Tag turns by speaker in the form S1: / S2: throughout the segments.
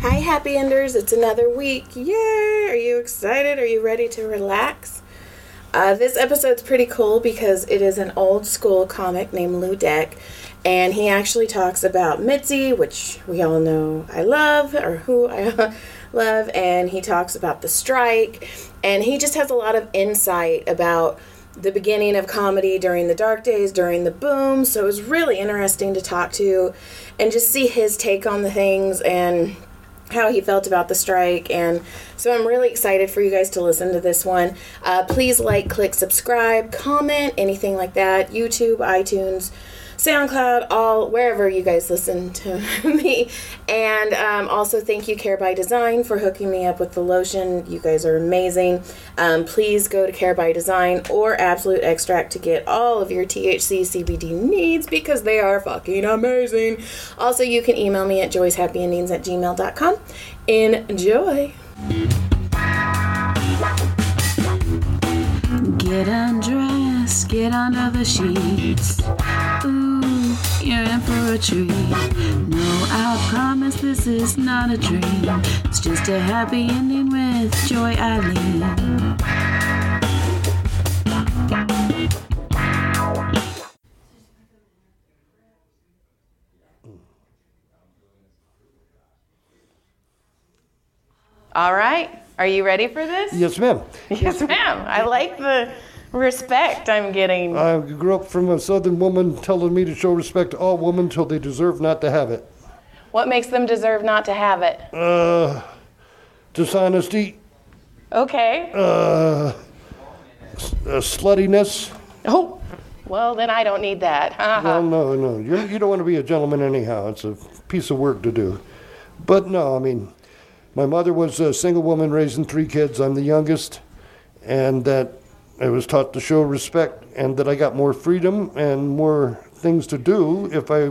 S1: Hi, happy enders. It's another week. Yay! Are you excited? Are you ready to relax? Uh, this episode's pretty cool because it is an old school comic named Lou Deck, and he actually talks about Mitzi, which we all know I love, or who I love, and he talks about the strike, and he just has a lot of insight about the beginning of comedy during the dark days, during the boom. So it was really interesting to talk to and just see his take on the things and how he felt about the strike. And so I'm really excited for you guys to listen to this one. Uh, please like, click, subscribe, comment, anything like that. YouTube, iTunes. SoundCloud, all wherever you guys listen to me. And um, also, thank you, Care by Design, for hooking me up with the lotion. You guys are amazing. Um, please go to Care by Design or Absolute Extract to get all of your THC CBD needs because they are fucking amazing. Also, you can email me at joyshappyendings at gmail.com. Enjoy.
S2: Get undressed, get under the sheets. Ooh, you're in for a treat. No, I promise this is not a dream. It's just a happy ending with Joy Eileen.
S3: All right. Are you ready for this?
S4: Yes, ma'am.
S3: Yes, ma'am. I like the respect I'm getting.
S4: I grew up from a southern woman telling me to show respect to all women till they deserve not to have it.
S3: What makes them deserve not to have it?
S4: Uh, dishonesty,
S3: Okay.
S4: uh, s- uh, sluttiness.
S3: Oh, well, then I don't need that. Uh-huh. Ha, ha.
S4: Well, no, no. You, you don't want to be a gentleman anyhow. It's a piece of work to do. But no, I mean, my mother was a single woman raising three kids. I'm the youngest. And that I was taught to show respect and that I got more freedom and more things to do if I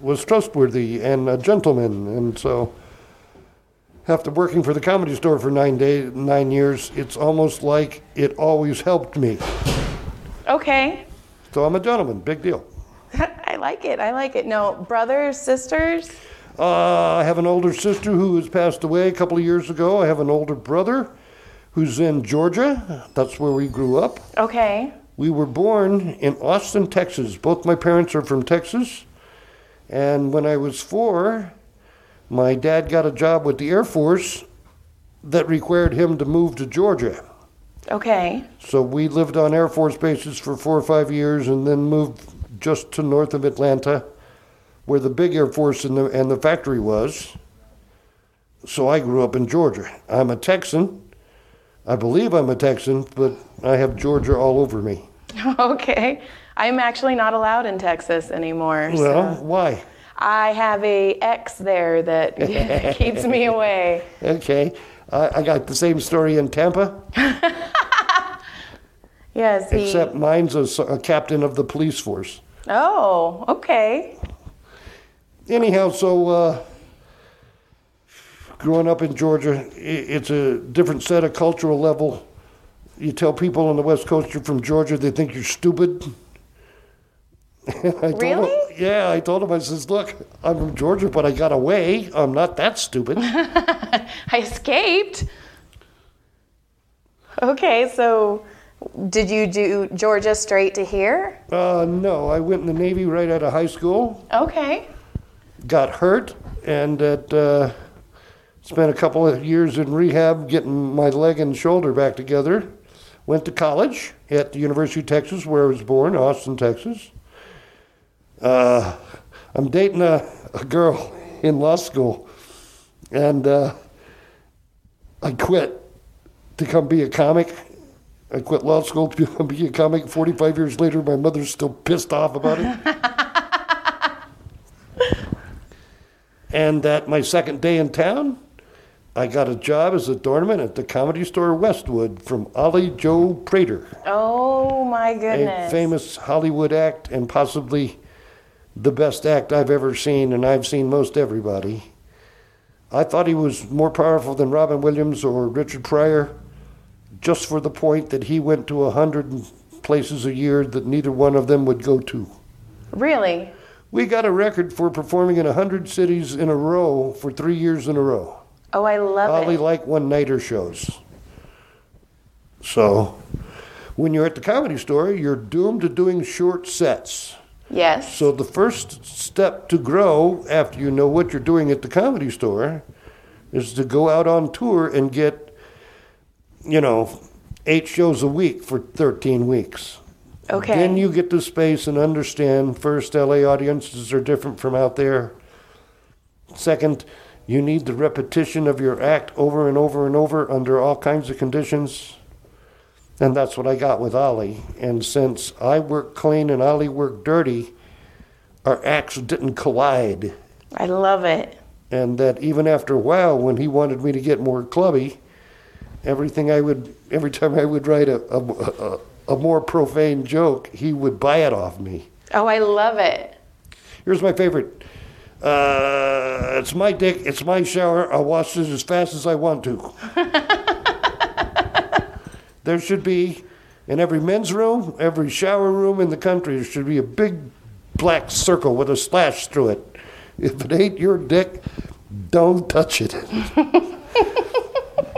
S4: was trustworthy and a gentleman. And so after working for the comedy store for nine days, nine years, it's almost like it always helped me.
S3: Okay.
S4: So I'm a gentleman, big deal.
S3: I like it. I like it. No, brothers, sisters.
S4: Uh, I have an older sister who has passed away a couple of years ago. I have an older brother who's in Georgia. That's where we grew up.
S3: Okay.
S4: We were born in Austin, Texas. Both my parents are from Texas. And when I was four, my dad got a job with the Air Force that required him to move to Georgia.
S3: Okay.
S4: So we lived on Air Force bases for four or five years and then moved just to north of Atlanta where the big Air Force and the, and the factory was. So I grew up in Georgia. I'm a Texan. I believe I'm a Texan, but I have Georgia all over me.
S3: Okay. I'm actually not allowed in Texas anymore. so-
S4: Well, why?
S3: I have a ex there that keeps me away.
S4: Okay. I, I got the same story in Tampa,
S3: Yes. He,
S4: except mine's a, s- a captain of the police force.
S3: Oh, okay.
S4: anyhow, so uh, growing up in Georgia, i it's a different set of cultural level. You tell people on the West Coast you're from Georgia, they think you're stupid. I told 'em-
S3: Really?
S4: yeah, I told him, I says, look, I'm from Georgia, but I got away. I'm not that stupid.
S3: I escaped. Okay, so did you do Georgia straight to here?
S4: uh, no, I went in the Navy right out of high school.
S3: Okay.
S4: got hurt and that uh, spent a couple of years in rehab getting my leg and shoulder back together. Went to college at the University of Texas, where I was born, Austin, Texas. Uh, I'm dating a, a girl in law school, and uh, I quit to come be a comic. I quit law school to come be a comic. 45 years later, my mother's still pissed off about it. and that my second day in town, I got a job as a doorman at the comedy store Westwood from Ollie Joe Prater,
S3: Oh my
S4: a
S3: goodness.
S4: famous Hollywood act and possibly the best act I've ever seen, and I've seen most everybody. I thought he was more powerful than Robin Williams or Richard Pryor, just for the point that he went to a hundred places a year that neither one of them would go to.
S3: Really?
S4: We got a record for performing in 100 cities in a row for three years in a row.
S3: Oh, I love
S4: I
S3: it.
S4: only like one nighter shows. So, when you're at the comedy store, you're doomed to doing short sets.
S3: Yes.
S4: So, the first step to grow after you know what you're doing at the comedy store is to go out on tour and get, you know, eight shows a week for 13 weeks.
S3: okay.
S4: Then you get to space and understand first, LA audiences are different from out there. Second, you need the repetition of your act over and over and over under all kinds of conditions. And that's what I got with Ollie. And since I work clean and Ollie worked dirty, our acts didn't collide.
S3: I love it.
S4: And that even after a while, when he wanted me to get more clubby, everything I would, every time I would write a, a, a, a more profane joke, he would buy it off me.
S3: Oh, I love it.
S4: Here's my favorite. Uh, it's my dick. It's my shower. I'll wash this as fast as I want to. there should be, in every men's room, every shower room in the country, there should be a big black circle with a slash through it. If it ain't your dick, don't touch it.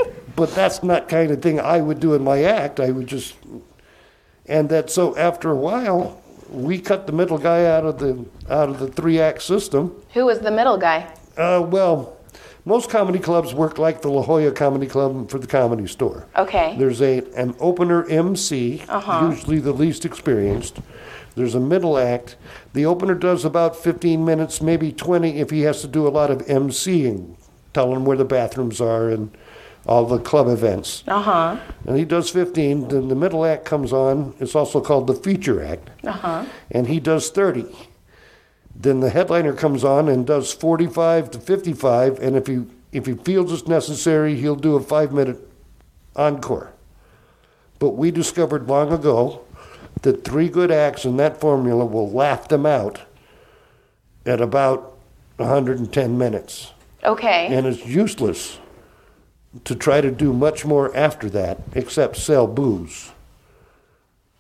S4: but that's not kind of thing I would do in my act. I would just, and that so after a while, we cut the middle guy out of the out of the three act system.
S3: Who was the middle guy?
S4: Uh, well, most comedy clubs work like the La Jolla Comedy Club for the Comedy Store.
S3: Okay.
S4: There's a an opener MC, usually the least experienced. There's a middle act. The opener does about 15 minutes, maybe 20, if he has to do a lot of MCing, telling where the bathrooms are and all the club events.
S3: Uh huh.
S4: And he does 15. Then the middle act comes on. It's also called the feature act. Uh-huh. And he does 30. Then the headliner comes on and does 45 to 55. And if he, if he feels it's necessary, he'll do a five minute encore. But we discovered long ago that three good acts in that formula will laugh them out at about 110 minutes
S3: Okay.
S4: and it's useless to try to do much more after that except sell booze.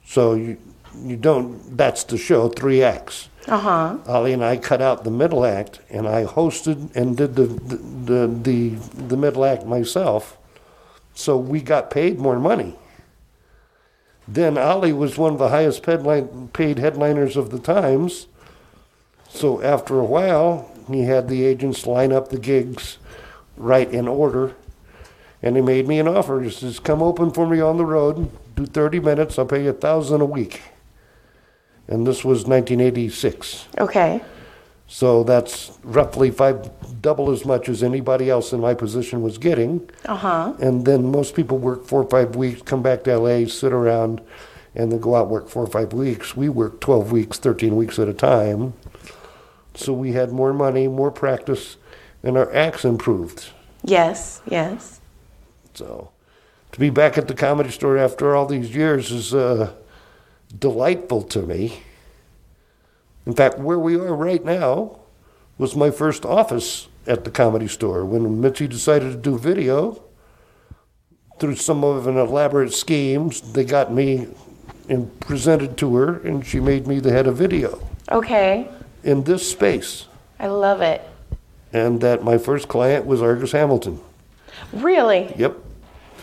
S4: So you you don't that's the show, three acts.
S3: Uh-huh.
S4: Ollie and I cut out the middle act and I hosted and did the the the, the, the middle act myself. So we got paid more money. Then Ollie was one of the highest headline, paid headliners of the Times. So after a while, he had the agents line up the gigs right in order. And he made me an offer. He says, Come open for me on the road, do 30 minutes, I'll pay you a thousand a week. And this was 1986.
S3: Okay.
S4: So that's roughly five, double as much as anybody else in my position was getting.
S3: Uh huh.
S4: And then most people work four or five weeks, come back to LA, sit around, and then go out and work four or five weeks. We worked 12 weeks, 13 weeks at a time. So we had more money, more practice, and our acts improved.
S3: Yes. Yes.
S4: So to be back at the comedy store after all these years is uh, delightful to me. In fact, where we are right now was my first office at the comedy store when Mitzi decided to do video. Through some of an elaborate schemes, they got me and presented to her, and she made me the head of video
S3: Okay.
S4: in this space.
S3: I love it.
S4: And that my first client was Argus Hamilton.
S3: Really?
S4: Yep.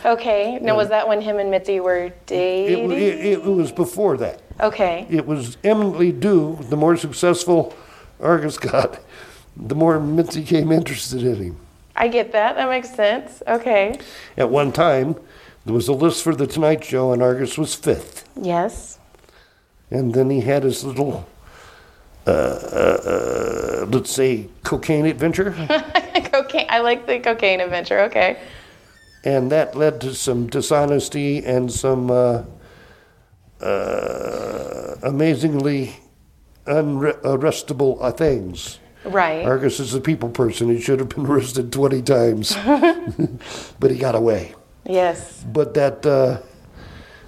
S3: Okay. Now, was that when him and Mitzi were
S4: It,
S3: dating?
S4: wa- it, it was before that.
S3: okay.
S4: it was eminently due the more successful Argus got, the more Mitzi came interested in him.
S3: I get that. That makes sense. Okay.
S4: At one time, there was a list for the Tonight Show, and Argus was fifth.
S3: Yes.
S4: And then he had his little, uh, uh, uh, let's say, cocaine adventure,
S3: cocaine. I like the cocaine adventure. Okay.
S4: and that led to some dishonesty and some uh, uh, amazingly unarrestable uh, things.
S3: Right.
S4: Argus is a people person. He should have been arrested 20 times, but he got away.
S3: Yes.
S4: But that uh,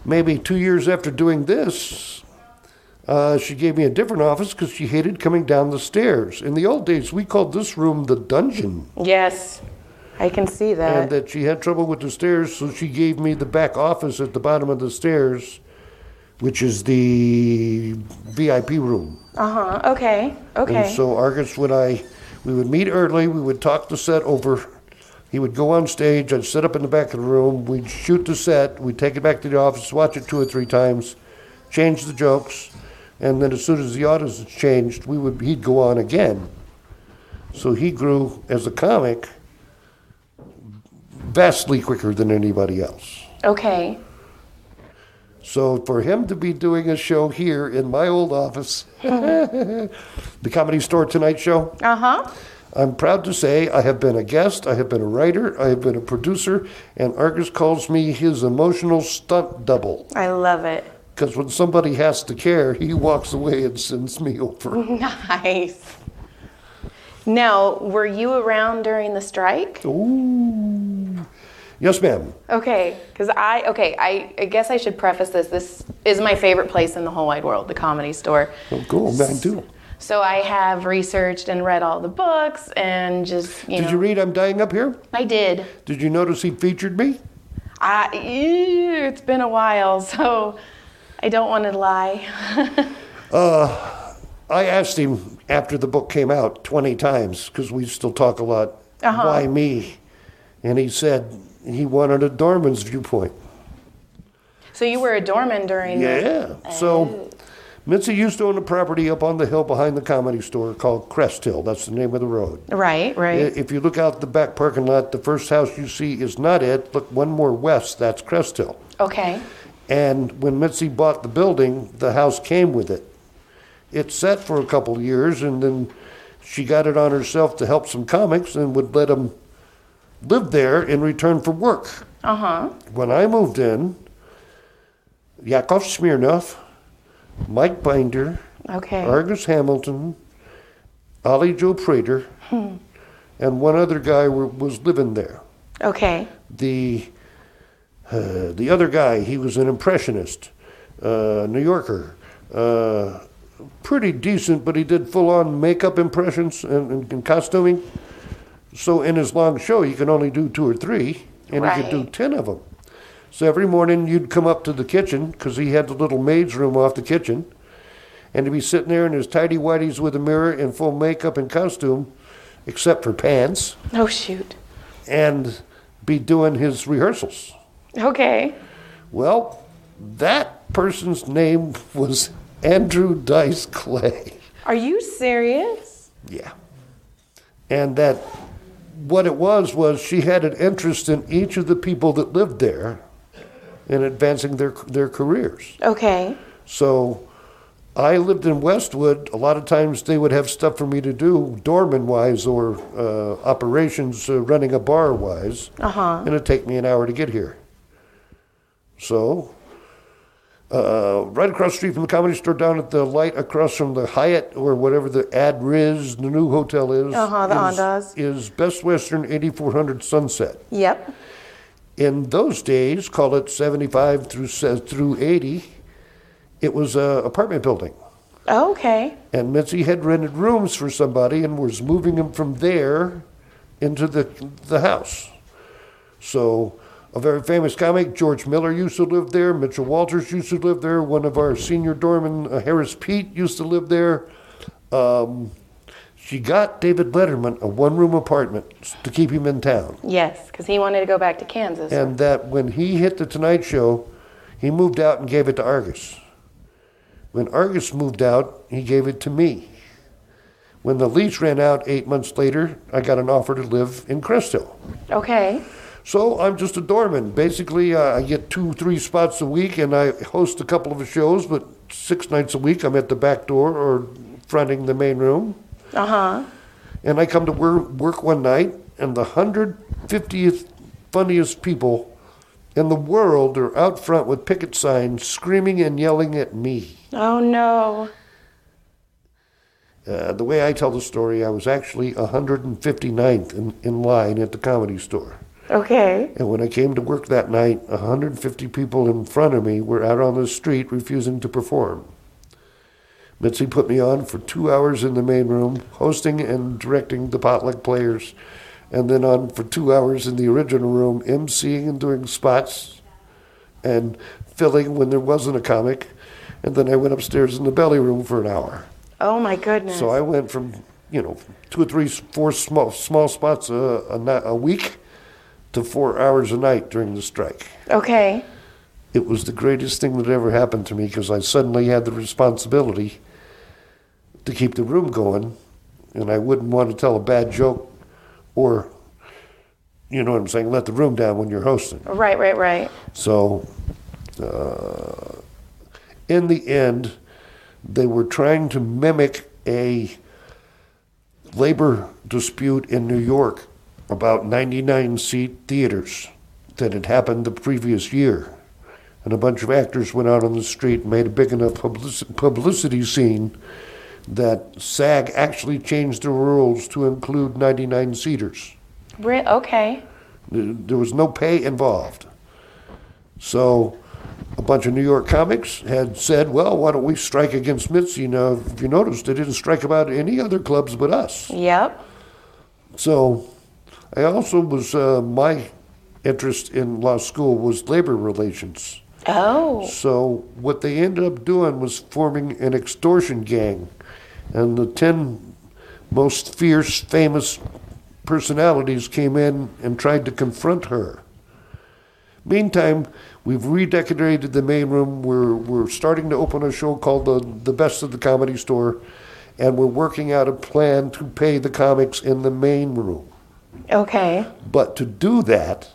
S4: maybe two years after doing this, uh, she gave me a different office because she hated coming down the stairs. In the old days, we called this room the dungeon,
S3: Yes. I can see
S4: and
S3: that.
S4: that she had trouble with the stairs, so she gave me the back office at the bottom of the stairs which is the VIP room.
S3: Uh huh. Okay.
S4: And
S3: Okay.
S4: so Argus, when I, we would meet early, we would talk the set over. He would go on stage, I'd sit up in the back of the room, we'd shoot the set, we'd take it back to the office, watch it two or three times, change the jokes, and then as soon as the audience changed, we would, he'd go on again. So he grew as a comic vastly quicker than anybody else.
S3: okay.
S4: So for him to be doing a show here in my old office, the Comedy Store Tonight Show,
S3: Uh huh.
S4: I'm proud to say I have been a guest, I have been a writer, I have been a producer, and Argus calls me his emotional stunt double.
S3: I love it.
S4: Because when somebody has to care, he walks away and sends me over.
S3: Nice. Now, were you around during the strike?
S4: Ooh. Yes, ma'am.
S3: Okay, because I okay, I, I guess I should preface this. This is my favorite place in the whole wide world, the Comedy Store.
S4: Oh, cool, mine too.
S3: So I have researched and read all the books and just you know
S4: Did you read I'm Dying Up Here?
S3: I did.
S4: Did you notice he featured me?
S3: I ew, it's been a while, so I don't want to lie.
S4: I asked him after the book came out 20 times because we still talk a lot. Why me? And he said he wanted a doorman's viewpoint.
S3: so you were a doorman during the
S4: Yeah. So Mitzi used to own a property up on the hill behind the comedy store called Crest Hill. That's the name of the road.
S3: Right,
S4: I-
S3: right.
S4: If you look out the back parking lot, the first house you see is not it. Look one more west, that's Crest Hill.
S3: Okay.
S4: And when Mitzi bought the building, the house came with it. It sat for a couple of years, and then she got it on herself to help some comics and would let them live there in return for work.
S3: Uh huh.
S4: When I moved in, Yakov Smirnov, Mike Binder,
S3: Okay.
S4: Argus Hamilton, Ollie Joe Prater, and one other guy were, was living there.
S3: Okay.
S4: The uh, the other guy, he was an impressionist, uh, New Yorker, uh, pretty decent, but he did full on makeup impressions and, and, and costuming. So in his long show, he could only do two or three, and he could do
S3: Right.
S4: ten of them. So every morning you'd come up to the kitchen because he had the little maid's room off the kitchen, and he'd be sitting there in his tidy whities with a mirror and full makeup and costume, except for pants,
S3: Oh shoot.
S4: and be doing his rehearsals.
S3: Okay.
S4: Well, that person's name was Andrew Dice Clay.
S3: Are you serious?
S4: Yeah. And that what it was was she had an interest in each of the people that lived there in advancing their their careers.
S3: Okay.
S4: So I lived in Westwood. A lot of times they would have stuff for me to do, doorman wise or uh, operations uh, running a bar wise.
S3: Uh-huh.
S4: And it'd take me an hour to get here. So, uh, right across the street from the comedy store, down at the light across from the Hyatt or whatever the Ad Riz, the new hotel is.
S3: Uh-huh, the
S4: is,
S3: Andaz.
S4: Is Best Western 8400 Sunset
S3: Yep.
S4: in those days, call it 75 through se- through 80, it was a apartment building.
S3: Okay.
S4: And Mitzi had rented rooms for somebody and was moving them from there into the the house. So a very famous comic, George Miller, used to live there. Mitchell Walters used to live there. One of our senior doormen, uh, Harris Pete, used to live there. Um, she got David Letterman a one-room apartment to keep him in town
S3: Yes, because he wanted to go back to Kansas.
S4: and that when he hit the Tonight Show, he moved out and gave it to Argus. When Argus moved out, he gave it to me. When the lease ran out eight months later, I got an offer to live in Cresto.
S3: Okay.
S4: So I'm just a doorman. Basically, uh, I get two, three spots a week, and I host a couple of shows, but six nights a week I'm at the back door or fronting the main room.
S3: Uh huh.
S4: And I come to wor- work one night, and the 150th funniest people in the world are out front with picket signs screaming and yelling at me.
S3: Oh no.
S4: Uh, the way I tell the story, I was actually 159th in, in line at the comedy store.
S3: Okay.
S4: And when I came to work that night, 150 people in front of me were out on the street refusing to perform. Mitzi put me on for two hours in the main room, hosting and directing the potluck players, and then on for two hours in the original room, emceeing and doing spots and filling when there wasn't a comic. and then I went upstairs in the belly room for an hour.
S3: Oh my goodness.
S4: So I went from, you know, two or three, four small, small spots a, a, ni- a week to four hours a night during the strike.
S3: okay.
S4: It was the greatest thing that ever happened to me because I suddenly had the responsibility to keep the room going, and I wouldn't want to tell a bad joke or, you know what I'm saying, let the room down when you're hosting.
S3: Right, right, right.
S4: So, uh, in the end, they were trying to mimic a labor dispute in New York about 99 seat theaters that had happened the previous year. And a bunch of actors went out on the street and made a big enough publici- publicity scene that SAG actually changed the rules to include 99 seaters.
S3: Re- okay.
S4: There was no pay involved. So a bunch of New York comics had said, well, why don't we strike against Mitzi? Now, if you notice, they didn't strike about any other clubs but us.
S3: Yep.
S4: So I also was, uh, my interest in law school was labor relations.
S3: Oh.
S4: So what they ended up doing was forming an extortion gang, and the ten most fierce, famous personalities came in and tried to confront her. Meantime, we've redecorated the main room. We're we're starting to open a show called the the Best of the Comedy Store, and we're working out a plan to pay the comics in the main room.
S3: Okay.
S4: But to do that,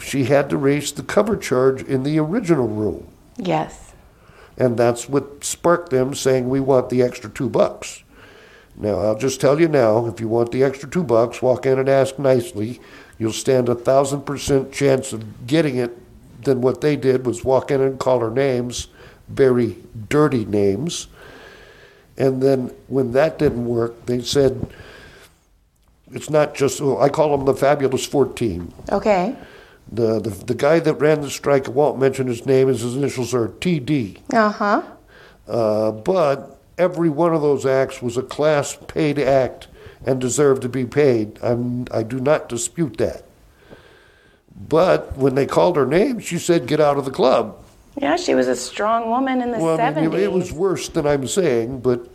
S4: she had to raise the cover charge in the original room.
S3: Yes.
S4: And that's what sparked them saying, we want the extra two bucks. Now, I'll just tell you now if you want the extra two bucks, walk in and ask nicely. You'll stand a thousand percent chance of getting it than what they did was walk in and call her names, very dirty names. And then when that didn't work, they said, it's not just, oh, I call them the Fabulous 14.
S3: Okay.
S4: The, the, the guy that ran the strike, I won't mention his name, his initials are TD.
S3: Uh huh.
S4: Uh, but every one of those acts was a class paid act and deserved to be paid. I'm, I do not dispute that. But when they called her name, she said, Get out of the club.
S3: Yeah, she was a strong woman in the
S4: Well, I
S3: 70s.
S4: mean, it- it was worse than I'm saying, but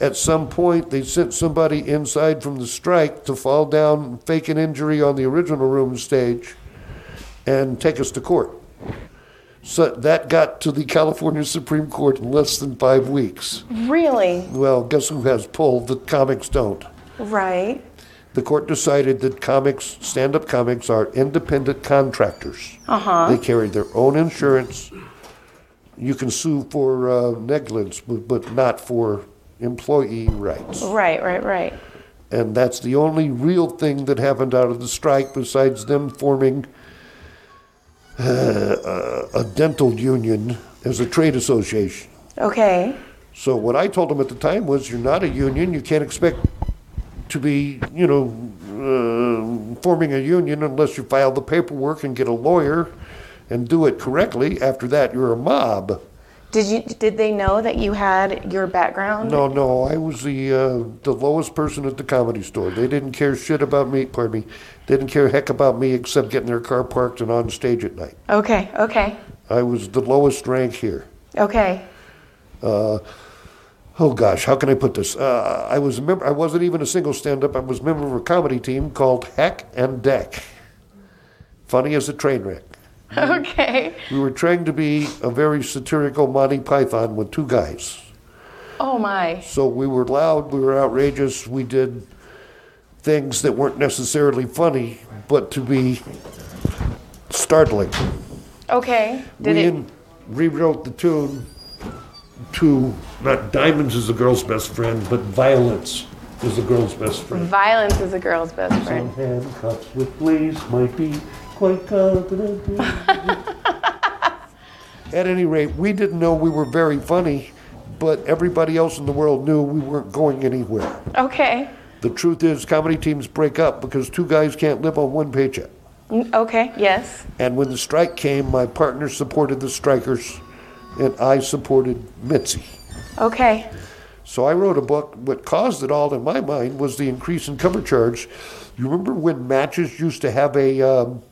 S4: at some point they sent somebody inside from the strike to fall down, and fake an injury on the original room stage, and take us to court. So that got to the California Supreme Court in less than five weeks.
S3: really?
S4: Well, guess who has pull that comics don't?
S3: Right.
S4: The court decided that comics, stand up comics, are independent contractors. Uh-huh. They carry their own insurance. You can sue for uh, negligence, but, but not for employee rights.
S3: Right, right, right.
S4: And that's the only real thing that happened out of the strike besides them forming uh, a dental union as a trade association.
S3: Okay.
S4: So what I told them at the time was, you're not a union. You can't expect to be, you know, uh, forming a union unless you file the paperwork and get a lawyer and do it correctly. After that, you're a mob.
S3: Did you did they know that you had your background?
S4: No, no, I was the uh, the lowest person at the comedy store. They didn't care shit about me. Pardon me, they didn't care a heck about me except getting their car parked and on stage at night.
S3: Okay, okay.
S4: I was the lowest rank here.
S3: Okay.
S4: oh gosh, how can I put this? Uh, I was a member. I wasn't even a single stand-up. I was a member of a comedy team called Heck and Deck. Funny as a train wreck. Mm-hmm.
S3: Okay.
S4: We were trying to be a very satirical Monty Python with two guys.
S3: Oh my.
S4: So we were loud, we were outrageous, we did things that weren't necessarily funny, but to be startling.
S3: Okay. Did
S4: we
S3: it
S4: in- rewrote the tune to not diamonds is a girl's best friend, but violence is a girl's best friend.
S3: Violence is a girl's best friend.
S4: Some handcuffs with lace might be quite confident. At any rate, we didn't know we were very funny, but everybody else in the world knew we weren't going anywhere.
S3: Okay.
S4: The truth is, comedy teams break up because two guys can't live on one paycheck.
S3: Mm, Okay. Yes.
S4: And when the strike came, my partner supported the strikers, and I supported Mitzi.
S3: Okay.
S4: So I wrote a book. What caused it all in my mind was the increase in cover charge. You remember when matches used to have a um,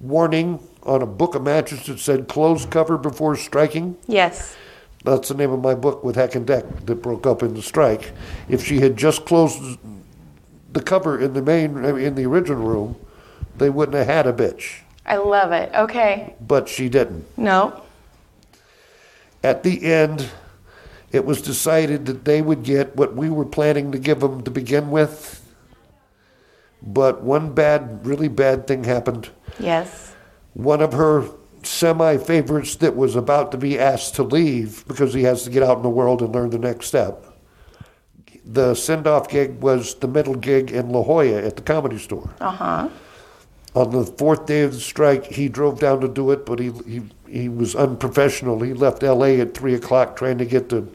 S4: warning on a book of matches that said close cover before striking?
S3: Yes.
S4: That's the name of my book with Hack and Deck that broke up in the strike. If she had just closed the cover in the main in the original room, they wouldn't have had a bitch.
S3: I love it. Okay.
S4: But she didn't.
S3: No.
S4: At the end, it was decided that they would get what we were planning to give them to begin with. But one bad, really bad thing happened.
S3: Yes.
S4: One of her semi favorites that was about to be asked to leave because he has to get out in the world and learn the next step. The send off gig was the middle gig in La Jolla at the comedy store.
S3: Uh huh.
S4: On the fourth day of the strike, he drove down to do it, but he he, he was unprofessional. He left L.A. at three o'clock, trying to get to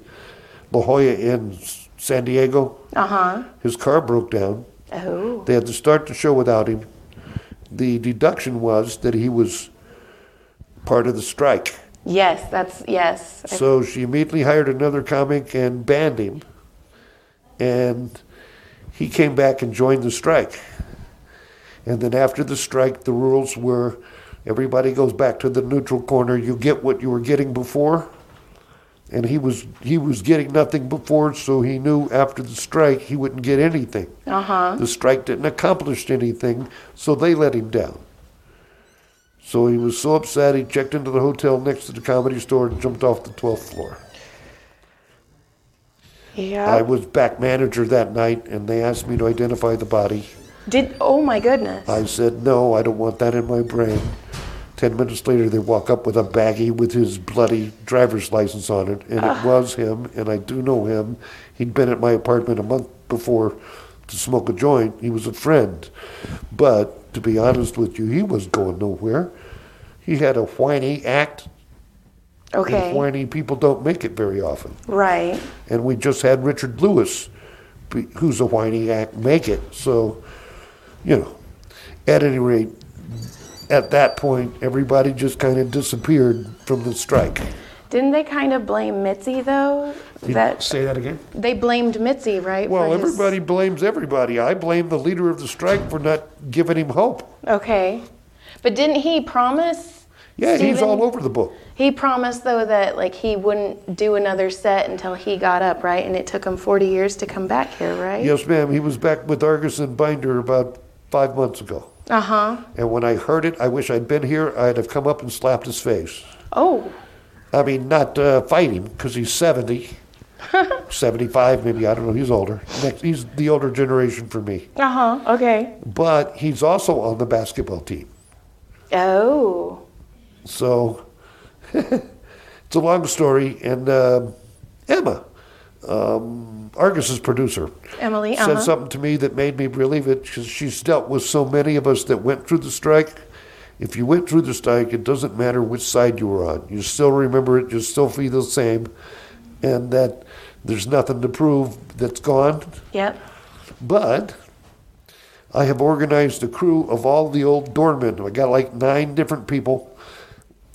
S4: La Jolla in S- San Diego.
S3: Uh huh.
S4: His car broke down.
S3: Oh.
S4: They had to start the show without him. The deduction was that he was part of the strike.
S3: Yes. That's yes. I-
S4: So she immediately hired another comic and banned him. And he came back and joined the strike. And then after the strike, the rules were everybody goes back to the neutral corner. You get what you were getting before. And he was he was getting nothing before, so he knew after the strike he wouldn't get anything.
S3: Uh-huh.
S4: The strike didn't accomplish anything, so they let him down. So he was so upset he checked into the hotel next to the comedy store and jumped off the 12th floor. I
S3: yeah.
S4: was back manager that night and they asked me to identify the body.
S3: Did oh my goodness.
S4: I said, no, I don't want that in my brain. Ten minutes later, they walk up with a baggie with his bloody driver's license on it, and it was him, and I do know him. He'd been at my apartment a month before to smoke a joint. He was a friend. But to be honest with you, he wasn't going nowhere. He had a whiny act, and
S3: okay.
S4: whiny people don't make it very often.
S3: Right.
S4: And we just had Richard Lewis, be- who's a whiny act, make it. So, you know, at any rate, at that point, everybody just kind of disappeared from the strike.
S3: Didn't they kind of blame Mitzi though? That
S4: say that again?
S3: they blamed Mitzi, right?
S4: Well,
S3: for his-
S4: everybody blames everybody. I blame the leader of the strike for not giving him hope.
S3: Okay. But didn't he promise?
S4: Yeah, he's
S3: Steven-
S4: all over the book.
S3: He promised though that like he wouldn't do another set until he got up, right? And it took him 40 years to come back here, right?
S4: Yes, ma'am. He was back with Argus and Binder about five months ago.
S3: Uh-huh.
S4: And when I heard it, I wish I'd been here. I'd have come up and slapped his face.
S3: Oh.
S4: I mean, not uh, fight him because he's 70, 75 maybe. I don't know. He's older. Next, he's the older generation for me.
S3: Uh-huh. Okay.
S4: But he's also on the basketball team.
S3: Oh.
S4: So it's a long story. And um Emma, um, Argus's producer,
S3: Emily,
S4: said
S3: uh-huh.
S4: something to me that made me believe it because she's dealt with so many of us that went through the strike. If you went through the strike, it doesn't matter which side you were on. You still remember it. You still feel the same, and that there's nothing to prove that's gone.
S3: Yep.
S4: But I have organized a crew of all the old doormen. I got like nine different people.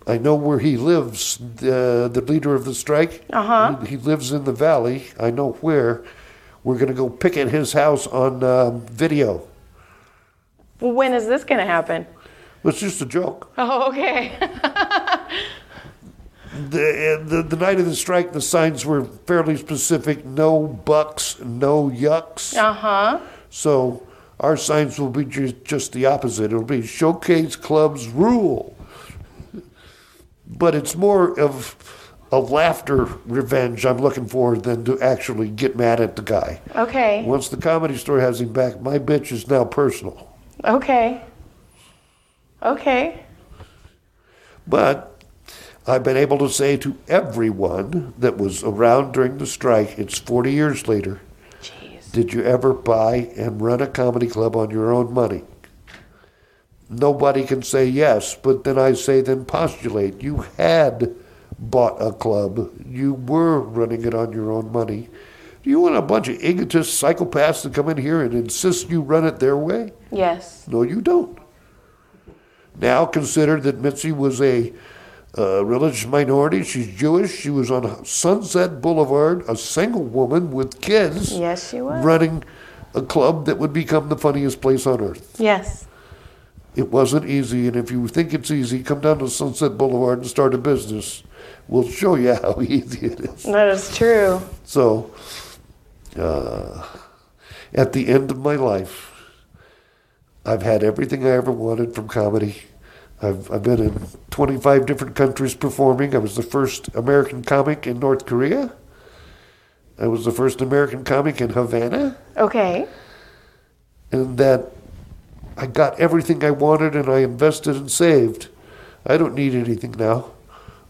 S4: I know where he lives, the, the leader of the strike.
S3: Uh-huh.
S4: He, he lives in the valley. I know where. We're going to go pick at his house on um, video.
S3: Well, when is this going to happen?
S4: It's just a joke.
S3: Oh, okay.
S4: The, uh, the, the night of the strike, the signs were fairly specific no bucks, no yucks.
S3: uh-huh.
S4: So our signs will be ju- just the opposite. It'll be showcase clubs rule. But it's more of a laughter revenge I'm looking for than to actually get mad at the guy.
S3: Okay.
S4: Once the comedy store has him back, my bitch is now personal.
S3: Okay. Okay.
S4: But I've been able to say to everyone that was around during the strike, it's 40 years later,
S3: Jeez.
S4: Did you ever buy and run a comedy club on your own money? Nobody can say yes, but then I say, then postulate. You had bought a club, you were running it on your own money. Do you want a bunch of egotist psychopaths to come in here and insist you run it their way?
S3: Yes.
S4: No, you don't. Now consider that Mitzi was a uh, religious minority. She's Jewish. She was on Sunset Boulevard, a single woman with kids
S3: Yes, she was.
S4: running a club that would become the funniest place on earth.
S3: Yes.
S4: It wasn't easy, and if you think it's easy, come down to Sunset Boulevard and start a business. We'll show you how easy it is.
S3: That is true.
S4: So, uh, at the end of my life, I've had everything I ever wanted from comedy. I've, I've been in 25 different countries performing. I was the first American comic in North Korea. I was the first American comic in Havana.
S3: Okay.
S4: And that I got everything I wanted and I invested and saved. I don't need anything now.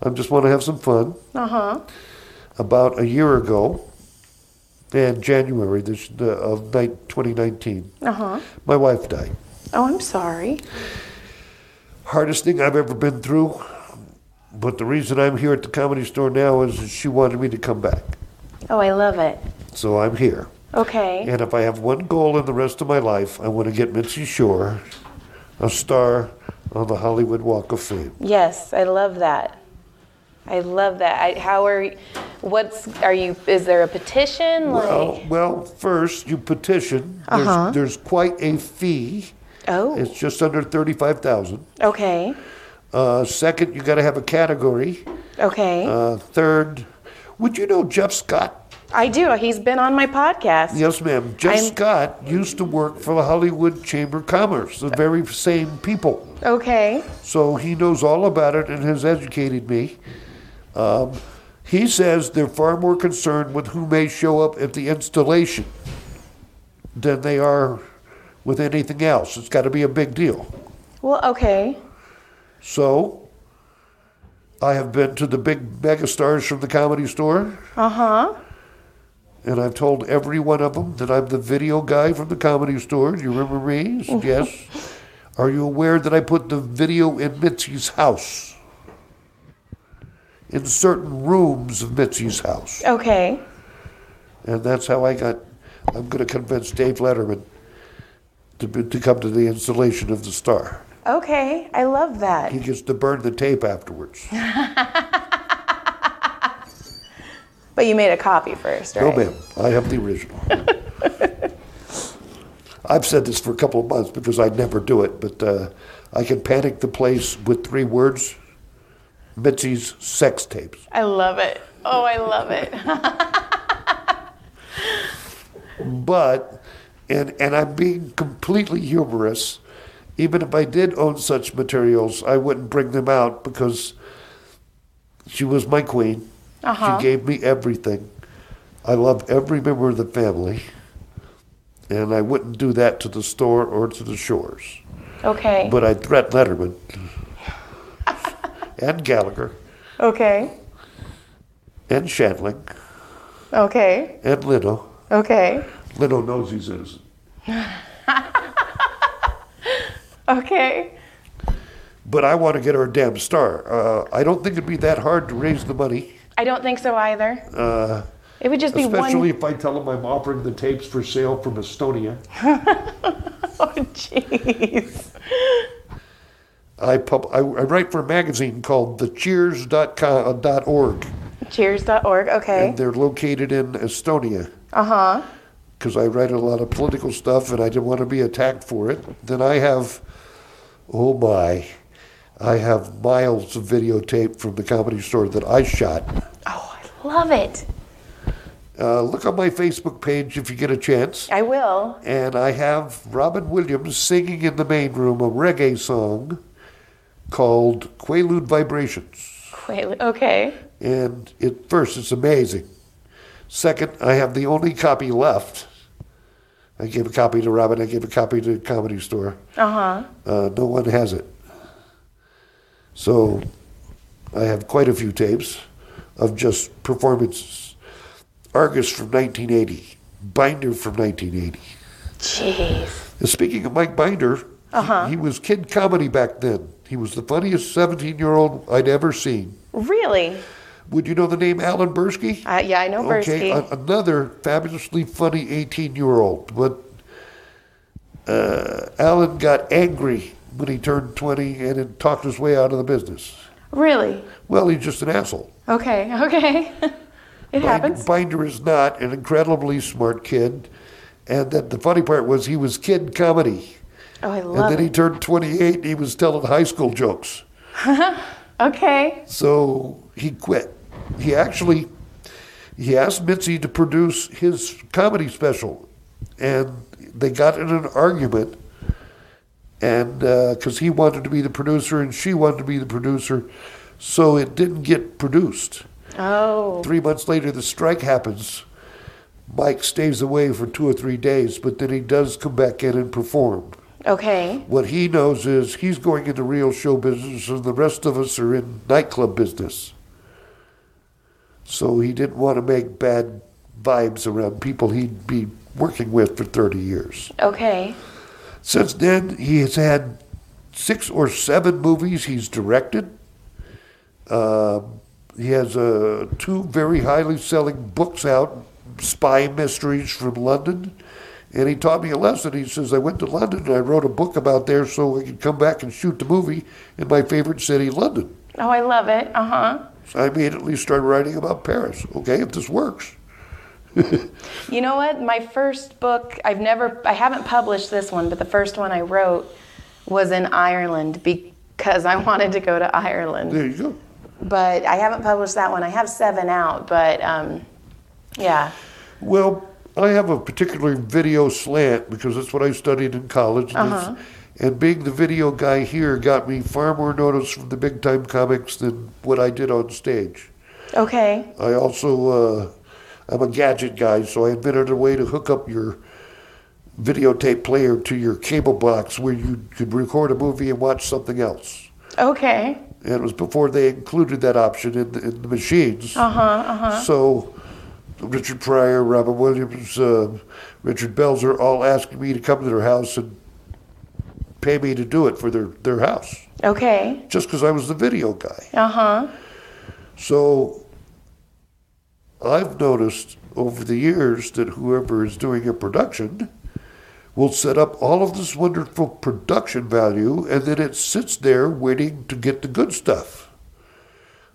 S4: I just want to have some fun.
S3: Uh huh.
S4: About a year ago, in January this, uh, of ni- 2019,
S3: Uh huh.
S4: my wife died.
S3: Oh, I'm sorry.
S4: hardest thing I've ever been through. But the reason I'm here at the comedy store now is that she wanted me to come back.
S3: Oh, I love it.
S4: So I'm here.
S3: Okay.
S4: And if I have one goal in the rest of my life, I want to get Mitzi Shore a star on the Hollywood Walk of Fame.
S3: Yes, I love that. I love that. I, how are, y- what's are you? Is there a petition? Like,
S4: Well, Uh, well first, you petition. There's, there's quite a fee.
S3: oh,
S4: It's just under 35000
S3: okay,
S4: uh, Second, you got to have a category.
S3: okay.
S4: Uh, third, would you know Jeff Scott?
S3: I do. He's been on my podcast.
S4: Yes, ma'am. Jeff
S3: I'm-
S4: Scott used to work for the Hollywood Chamber of Commerce, the very same people.
S3: Okay.
S4: So he knows all about it and has educated me. Um, he says they're far more concerned with who may show up at the installation than they are with anything else. It's got to be a big deal.
S3: Well, okay.
S4: So I have been to the big megastars from the comedy store.
S3: Uh huh.
S4: And I've told every one of them that I'm the video guy from the comedy store. Do you remember me? I said, yes. Are you aware that I put the video in Mitzi's house? In certain rooms of Mitzi's house.
S3: Okay.
S4: And that's how I got. I'm going to convince Dave Letterman to, be, to come to the installation of the star.
S3: Okay. I love that.
S4: He gets to burn the tape afterwards.
S3: But you made a copy first,
S4: No,
S3: right?
S4: ma'am. I have the original. I've said this for a couple of months because I never do it, but uh, I can panic the place with three words Mitzi's sex tapes.
S3: I love it. Oh, I love it.
S4: But, and, and I'm being completely humorous, even if I did own such materials, I wouldn't bring them out because she was my queen.
S3: Uh-huh.
S4: She gave me everything. I love every member of the family. And I wouldn't do that to the store or to the shores.
S3: Okay.
S4: But I'd threaten Letterman and Gallagher
S3: okay.
S4: and Shandling
S3: Okay.
S4: and Leno.
S3: Okay.
S4: Leno knows he's innocent.
S3: Okay.
S4: But I want to get her a damn star. Uh, I don't think it'd be that hard to raise the money,
S3: I don't think so either.
S4: uh,
S3: It would just be
S4: especially
S3: one
S4: if I tell him I'm offering the tapes for sale from Estonia.
S3: Oh jeez.
S4: I, pub- I, I write for a magazine called thecheers.org,
S3: Cheers.org. Okay.
S4: and they're located in Estonia.
S3: Uh huh.
S4: because I write a lot of political stuff and I didn't want to be attacked for it. Then I have, oh my, I have miles of videotape from the comedy store that I shot.
S3: Oh, I love it.
S4: Uh, look on my Facebook page if you get a chance.
S3: I will.
S4: And I have Robin Williams singing in the main room a reggae song called Quaalude Vibrations.
S3: Wait, okay.
S4: And at first, it's amazing. Second, I have the only copy left. I gave a copy to Robin. I gave a copy to the comedy store.
S3: Uh huh.
S4: Uh, no one has it. So I have quite a few tapes of just performances. Argus from 1980, Binder from 1980.
S3: Jeez.
S4: And speaking of Mike Binder, he-
S3: Uh-huh.
S4: he, was kid comedy back then. He was the funniest 17 year old I'd ever seen.
S3: Really?
S4: Would you know the name Alan Bursky?
S3: Uh, yeah, I know
S4: Okay,
S3: Bursky.
S4: a- another fabulously funny 18 year old. But uh, Alan got angry when he turned 20 and had talked his way out of the business.
S3: really?
S4: Well, he's just an asshole.
S3: Okay. Okay. it happens.
S4: Binder is not an incredibly smart kid. And then the funny part was he was kid comedy.
S3: Oh, I love
S4: and then
S3: it.
S4: he turned 28 and he was telling high school jokes.
S3: Okay.
S4: So he quit. He actually he asked Mitzi to produce his comedy special, and they got in an argument, and because he wanted to be the producer and she wanted to be the producer, so it didn't get produced.
S3: Oh.
S4: Three months later, the strike happens. Mike stays away for two or three days, but then he does come back in and perform.
S3: Okay.
S4: What he knows is he's going into real show business, and the rest of us are in nightclub business. So he didn't want to make bad vibes around people he'd be working with for 30 years.
S3: Okay.
S4: Since then, he has had six or seven movies he's directed. Um he has uh, two very highly selling books out, spy mysteries from London. And he taught me a lesson. He says, I went to London and I wrote a book about there so I could come back and shoot the movie in my favorite city, London.
S3: Oh, I love it. Uh huh.
S4: So I immediately started writing about Paris. Okay, if this works.
S3: You know what? My first book, I've never, I haven't published this one, but the first one I wrote was in Ireland because I wanted to go to Ireland.
S4: There you go.
S3: But I haven't published that one. I have seven out, but um, yeah.
S4: Well, I have a particular video slant because that's what I studied in college. and it's- And being the video guy here got me far more notice from the big time comics than what I did on stage.
S3: Okay.
S4: I also, uh, I'm a gadget guy, so I invented a way to hook up your videotape player to your cable box where you could record a movie and watch something else.
S3: Okay.
S4: And it was before they included that option in, in the machines.
S3: Uh huh. Uh huh.
S4: So, Richard Pryor, Robin Williams, uh, Richard Belzer all asking me to come to their house and pay me to do it for their, their house,
S3: Okay.
S4: just because I was the video guy.
S3: Uh huh.
S4: So, I've noticed over the years that whoever is doing a production will set up all of this wonderful production value and then it sits there waiting to get the good stuff.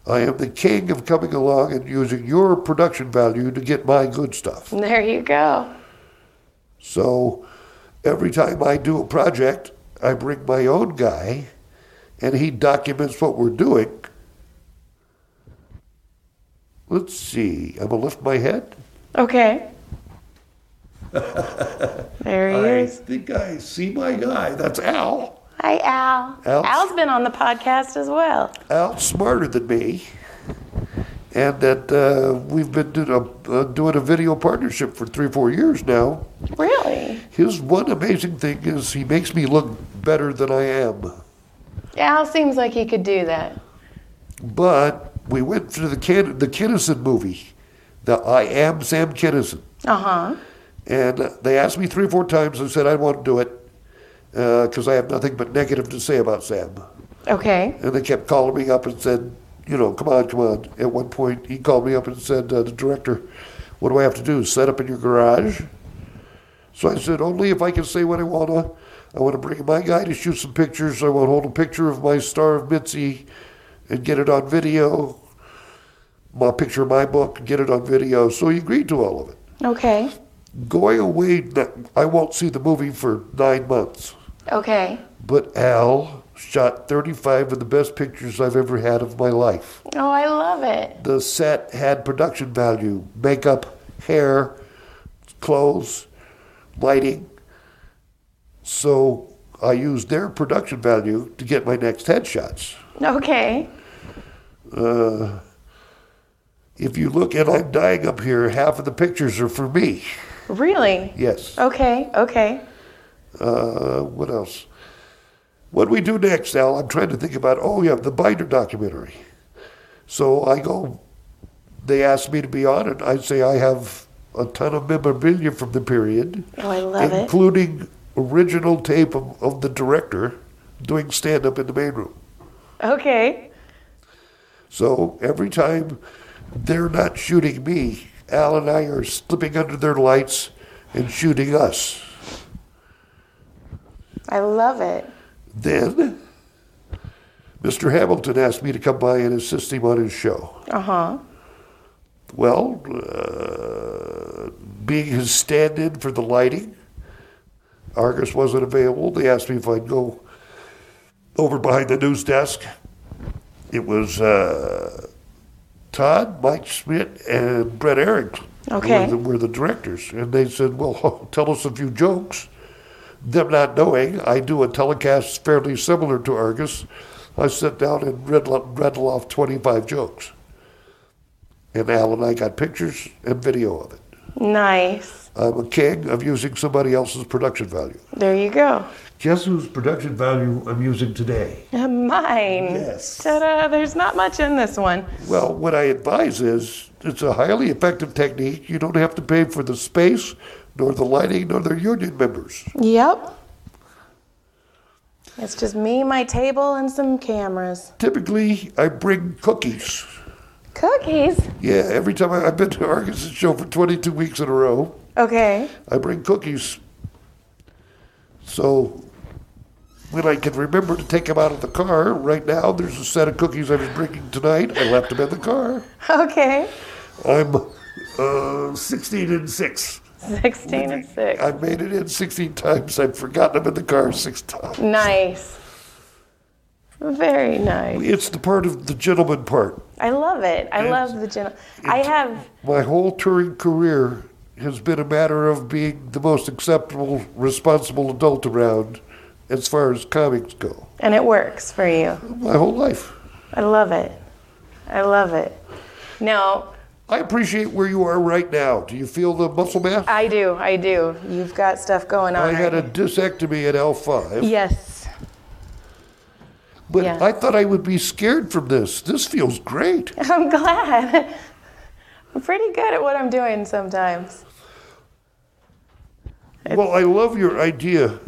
S4: I am the king of coming along and using your production value to get my good stuff.
S3: There you go.
S4: So every time I do a project, I bring my own guy and he documents what we're doing. Let's see, I'm gonna lift my head.
S3: Okay. there he
S4: I
S3: is.
S4: think I see my guy. That's Al.
S3: Hi, Al.
S4: Al.
S3: Al's been on the podcast as well.
S4: Al's smarter than me. And that uh, we've been doing a, uh, doing a video partnership for three, four years now.
S3: Really?
S4: His one amazing thing is he makes me look better than I am.
S3: Al seems like he could do that.
S4: But we went to the Ken, the Kinnison movie, the I Am Sam Kinnison,
S3: Uh huh.
S4: and they asked me three or four times. I said I won't do it because I have nothing but negative to say about Sam.
S3: Okay.
S4: And they kept calling me up and said, you know, come on, come on. At one point, he called me up and said, uh, the director, what do I have to do? Set up in your garage? So I said, only if I can say what I wanna. I want to bring my guy to shoot some pictures. I want to hold a picture of my star of Mitzi and get it on video. My picture of my book and get it on video. So he agreed to all of it.
S3: Okay.
S4: Going away, that- I won't see the movie for nine months.
S3: Okay.
S4: But Al shot 35 of the best pictures I've ever had of my life.
S3: Oh, I love it.
S4: The set had production value makeup, hair, clothes, lighting. So I used their production value to get my next headshots.
S3: Okay.
S4: Uh, if you look, and I'm dying up here, half of the pictures are for me.
S3: Really?
S4: Yes.
S3: Okay. Okay.
S4: Uh, what else? What we do next, Al? I'm trying to think about. Oh, yeah, the Binder documentary. So I go. They asked me to be on it. I say I have a ton of memorabilia from the period,
S3: Oh, I love it.
S4: including original tape of, of the director doing stand up in the main room.
S3: Okay.
S4: So every time they're not shooting me, Al and I are slipping under their lights and shooting us.
S3: I love it.
S4: Then, Mr. Hamilton asked me to come by and assist him on his show.
S3: Uh huh.
S4: Well, uh, being his stand in for the lighting, Argus wasn't available. They asked me if I'd go over behind the news desk. It was uh, Todd, Mike Schmidt, and Brett Eric
S3: Okay.
S4: were, the, were the directors. And they said, Well, tell us a few jokes. Them not knowing, I do a telecast fairly similar to Argus. I sit down and riddle, rattle off 25 jokes. And Al and I got pictures and video of it.
S3: Nice.
S4: I'm a king of using somebody else's production value.
S3: There you go.
S4: Guess whose production value I'm using today?
S3: Uh, Mine.
S4: Yes.
S3: Ta-da, there's not much in this one.
S4: Well, what I advise is it's a highly effective technique. You don't have to pay for the space, nor the lighting, nor the union members.
S3: Yep. It's just me, my table, and some cameras.
S4: Typically, I bring cookies.
S3: Cookies?
S4: Yeah, every time I, I've been to Arkansas show for 22 weeks in a row,
S3: Okay.
S4: I bring cookies. So when I can remember to take them out of the car, right now there's a set of cookies I was bringing tonight. I left them in the car.
S3: Okay.
S4: I'm uh, 16 and 6.
S3: 16 and 6.
S4: I've made it in 16 times. I've forgotten them in the car six times.
S3: Nice. Very nice.
S4: It's the part of the gentleman part.
S3: I love it. I love the gen. I have.
S4: My whole touring career has been a matter of being the most acceptable, responsible adult around as far as comics go.
S3: And it works for you.
S4: My whole life.
S3: I love it. I love it. Now,
S4: I appreciate where you are right now. Do you feel the muscle mass? I,
S3: I do. I do. You've got stuff going on.
S4: had a
S3: right
S4: disectomy at L5,
S3: now. Yes.
S4: but
S3: yeah.
S4: I thought I would be scared from this. This feels great.
S3: I'm glad. I'm pretty good at what I'm doing sometimes.
S4: well, I love your idea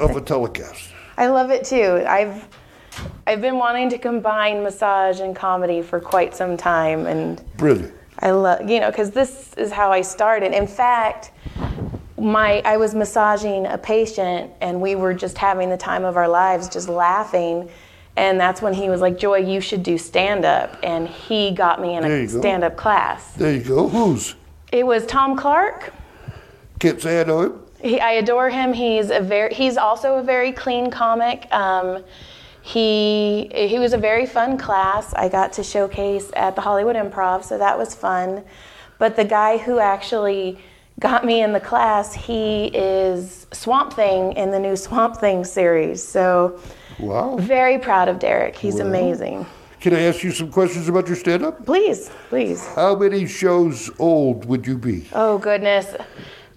S4: of a telecast.
S3: I love it too. I've I've been wanting to combine massage and comedy for quite some time and
S4: Brilliant.
S3: I love, you know, because this is how I started. In fact, my I was massaging a patient, and we were just having the time of our lives, just laughing. And that's when he was like, "Joy, you should do stand up," and he got me in
S4: There you
S3: a
S4: go.
S3: stand up class.
S4: There you go. Who's?
S3: It was Tom Clark.
S4: Can't say I know him.
S3: He, I adore him. He's a very he's also a very clean comic. Um, he he was a very fun class. I got to showcase at the Hollywood Improv, so that was fun. But the guy who actually got me in the class, he is Swamp Thing in the new Swamp Thing series. So
S4: Wow.
S3: very proud of Derek. He's amazing.
S4: Can I ask you some questions about your stand up?
S3: Please, please.
S4: How many shows old would you be?
S3: Oh goodness.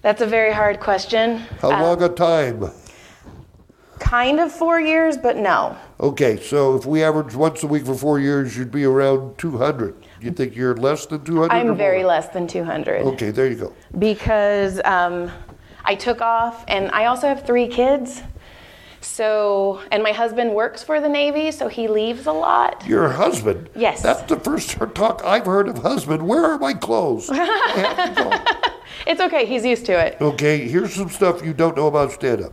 S3: That's a very hard question.
S4: How
S3: Uh,
S4: long a time?
S3: kind of four years, but no.
S4: Okay, so if we average once a week for four years, you'd be around 200. You think you're less than 200? or
S3: I'm very
S4: more?
S3: less than 200
S4: Okay, there you go.
S3: because um, I took off, and I also have three kids. So, and my husband works for the Navy, so he leaves a lot.
S4: Your husband?
S3: Yes.
S4: That's the first talk I've heard of husband. Where are my clothes? I have to
S3: It's okay, he's used to it.
S4: go. Okay, here's some stuff you don't know about stand up.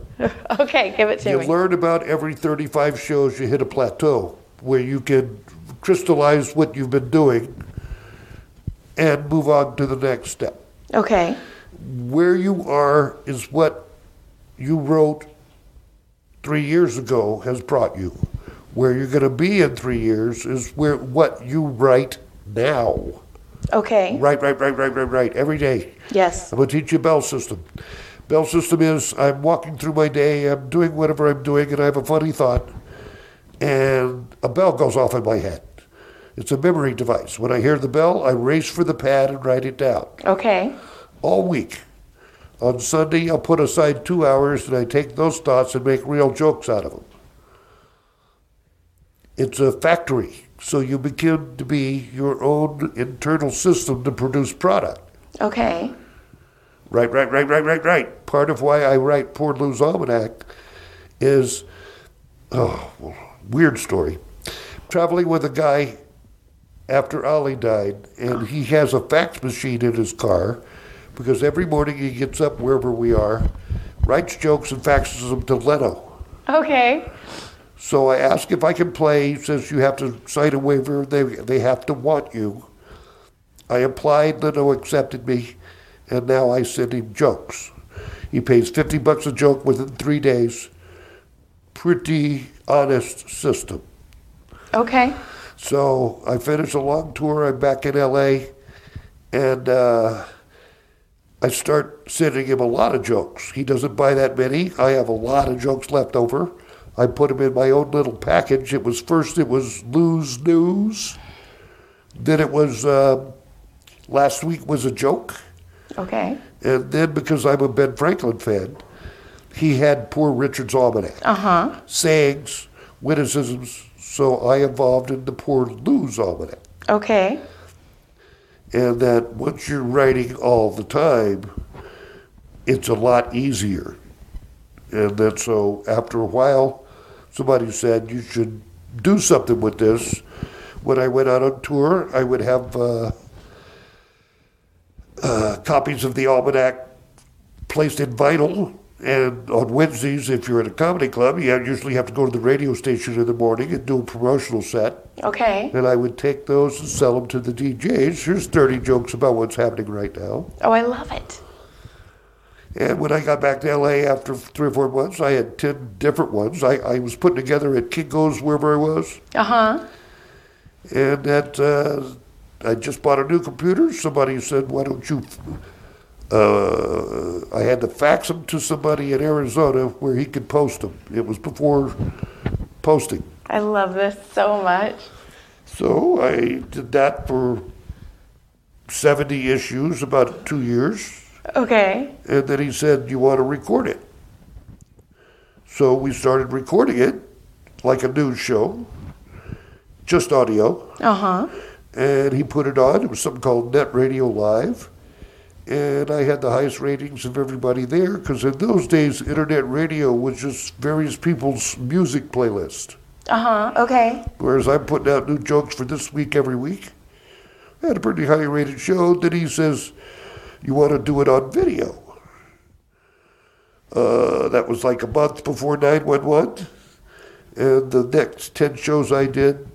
S3: Okay, give it to
S4: You
S3: me.
S4: learn about every 35 shows, you hit a plateau where you can crystallize what you've been doing and move on to the next step.
S3: Okay,
S4: Where you are is what you wrote three years ago has brought you. Where you're going to be in three years is where what you write now.
S3: okay,
S4: Right, right, right, right, right, right. Every day.
S3: yes,
S4: I'm going to teach you bell system. Bell system is I'm walking through my day, I'm doing whatever I'm doing, and I have a funny thought, and a bell goes off in my head. It's a memory device. When I hear the bell, I race for the pad and write it down
S3: okay,
S4: all week. On Sunday, I'll put aside two hours and I take those thoughts and make real jokes out of them. It's a factory, so you begin to be your own internal system to produce product.
S3: okay,
S4: Right, right, right, right, right, right. Part of why I write Poor Lou's Almanac is, oh, well, weird story. Traveling with a guy after Ollie died, and he has a fax machine in his car because every morning he gets up wherever we are, writes jokes, and faxes them to Leno.
S3: okay,
S4: So I ask if I can play. He says you have to sign a waiver. They they have to want you. I applied. Leno accepted me, and now I send him jokes. He pays 50 bucks a joke within three days. Pretty honest system.
S3: Okay.
S4: So I finish a long tour. I'm back in LA, and uh, I start sending him a lot of jokes. He doesn't buy that many. I have a lot of jokes left over. I put them in my own little package. It was first it was lose news, then it was uh, last week was a joke,
S3: Okay.
S4: and then because I'm a Ben Franklin fan, he had poor Richard's almanac
S3: Uh huh.
S4: sayings, witticisms. So I evolved into poor Lou's almanac.
S3: Okay.
S4: And that once you're writing all the time, it's a lot easier. And that so after a while, somebody said you should do something with this. When I went out on tour, I would have uh, uh, copies of the almanac placed in vinyl. And on Wednesdays, if you're at a comedy club, you usually have to go to the radio station in the morning and do a promotional set.
S3: Okay.
S4: And I would take those and sell them to the DJs. Here's 30 jokes about what's happening right now.
S3: Oh, I love it.
S4: And when I got back to LA after three or four months, I had 10 different ones. I, I was putting together at Kinko's, wherever I was.
S3: Uh huh.
S4: And that uh, I just bought a new computer. Somebody said, why don't you. Uh, I had to fax them to somebody in Arizona where he could post them. It was before posting.
S3: I love this so much.
S4: So I did that for 70 issues, about two years.
S3: Okay.
S4: And then he said, You want to record it? So we started recording it like a news show, just audio.
S3: Uh huh.
S4: And he put it on. It was something called Net Radio Live. And I had the highest ratings of everybody there because in those days, internet radio was just various people's music playlist.
S3: Uh huh. Okay.
S4: Whereas I'm putting out new jokes for this week every week. I had a pretty high rated show. Then he says, You want to do it on video? Uh, that was like a month before 911. And the next 10 shows I did,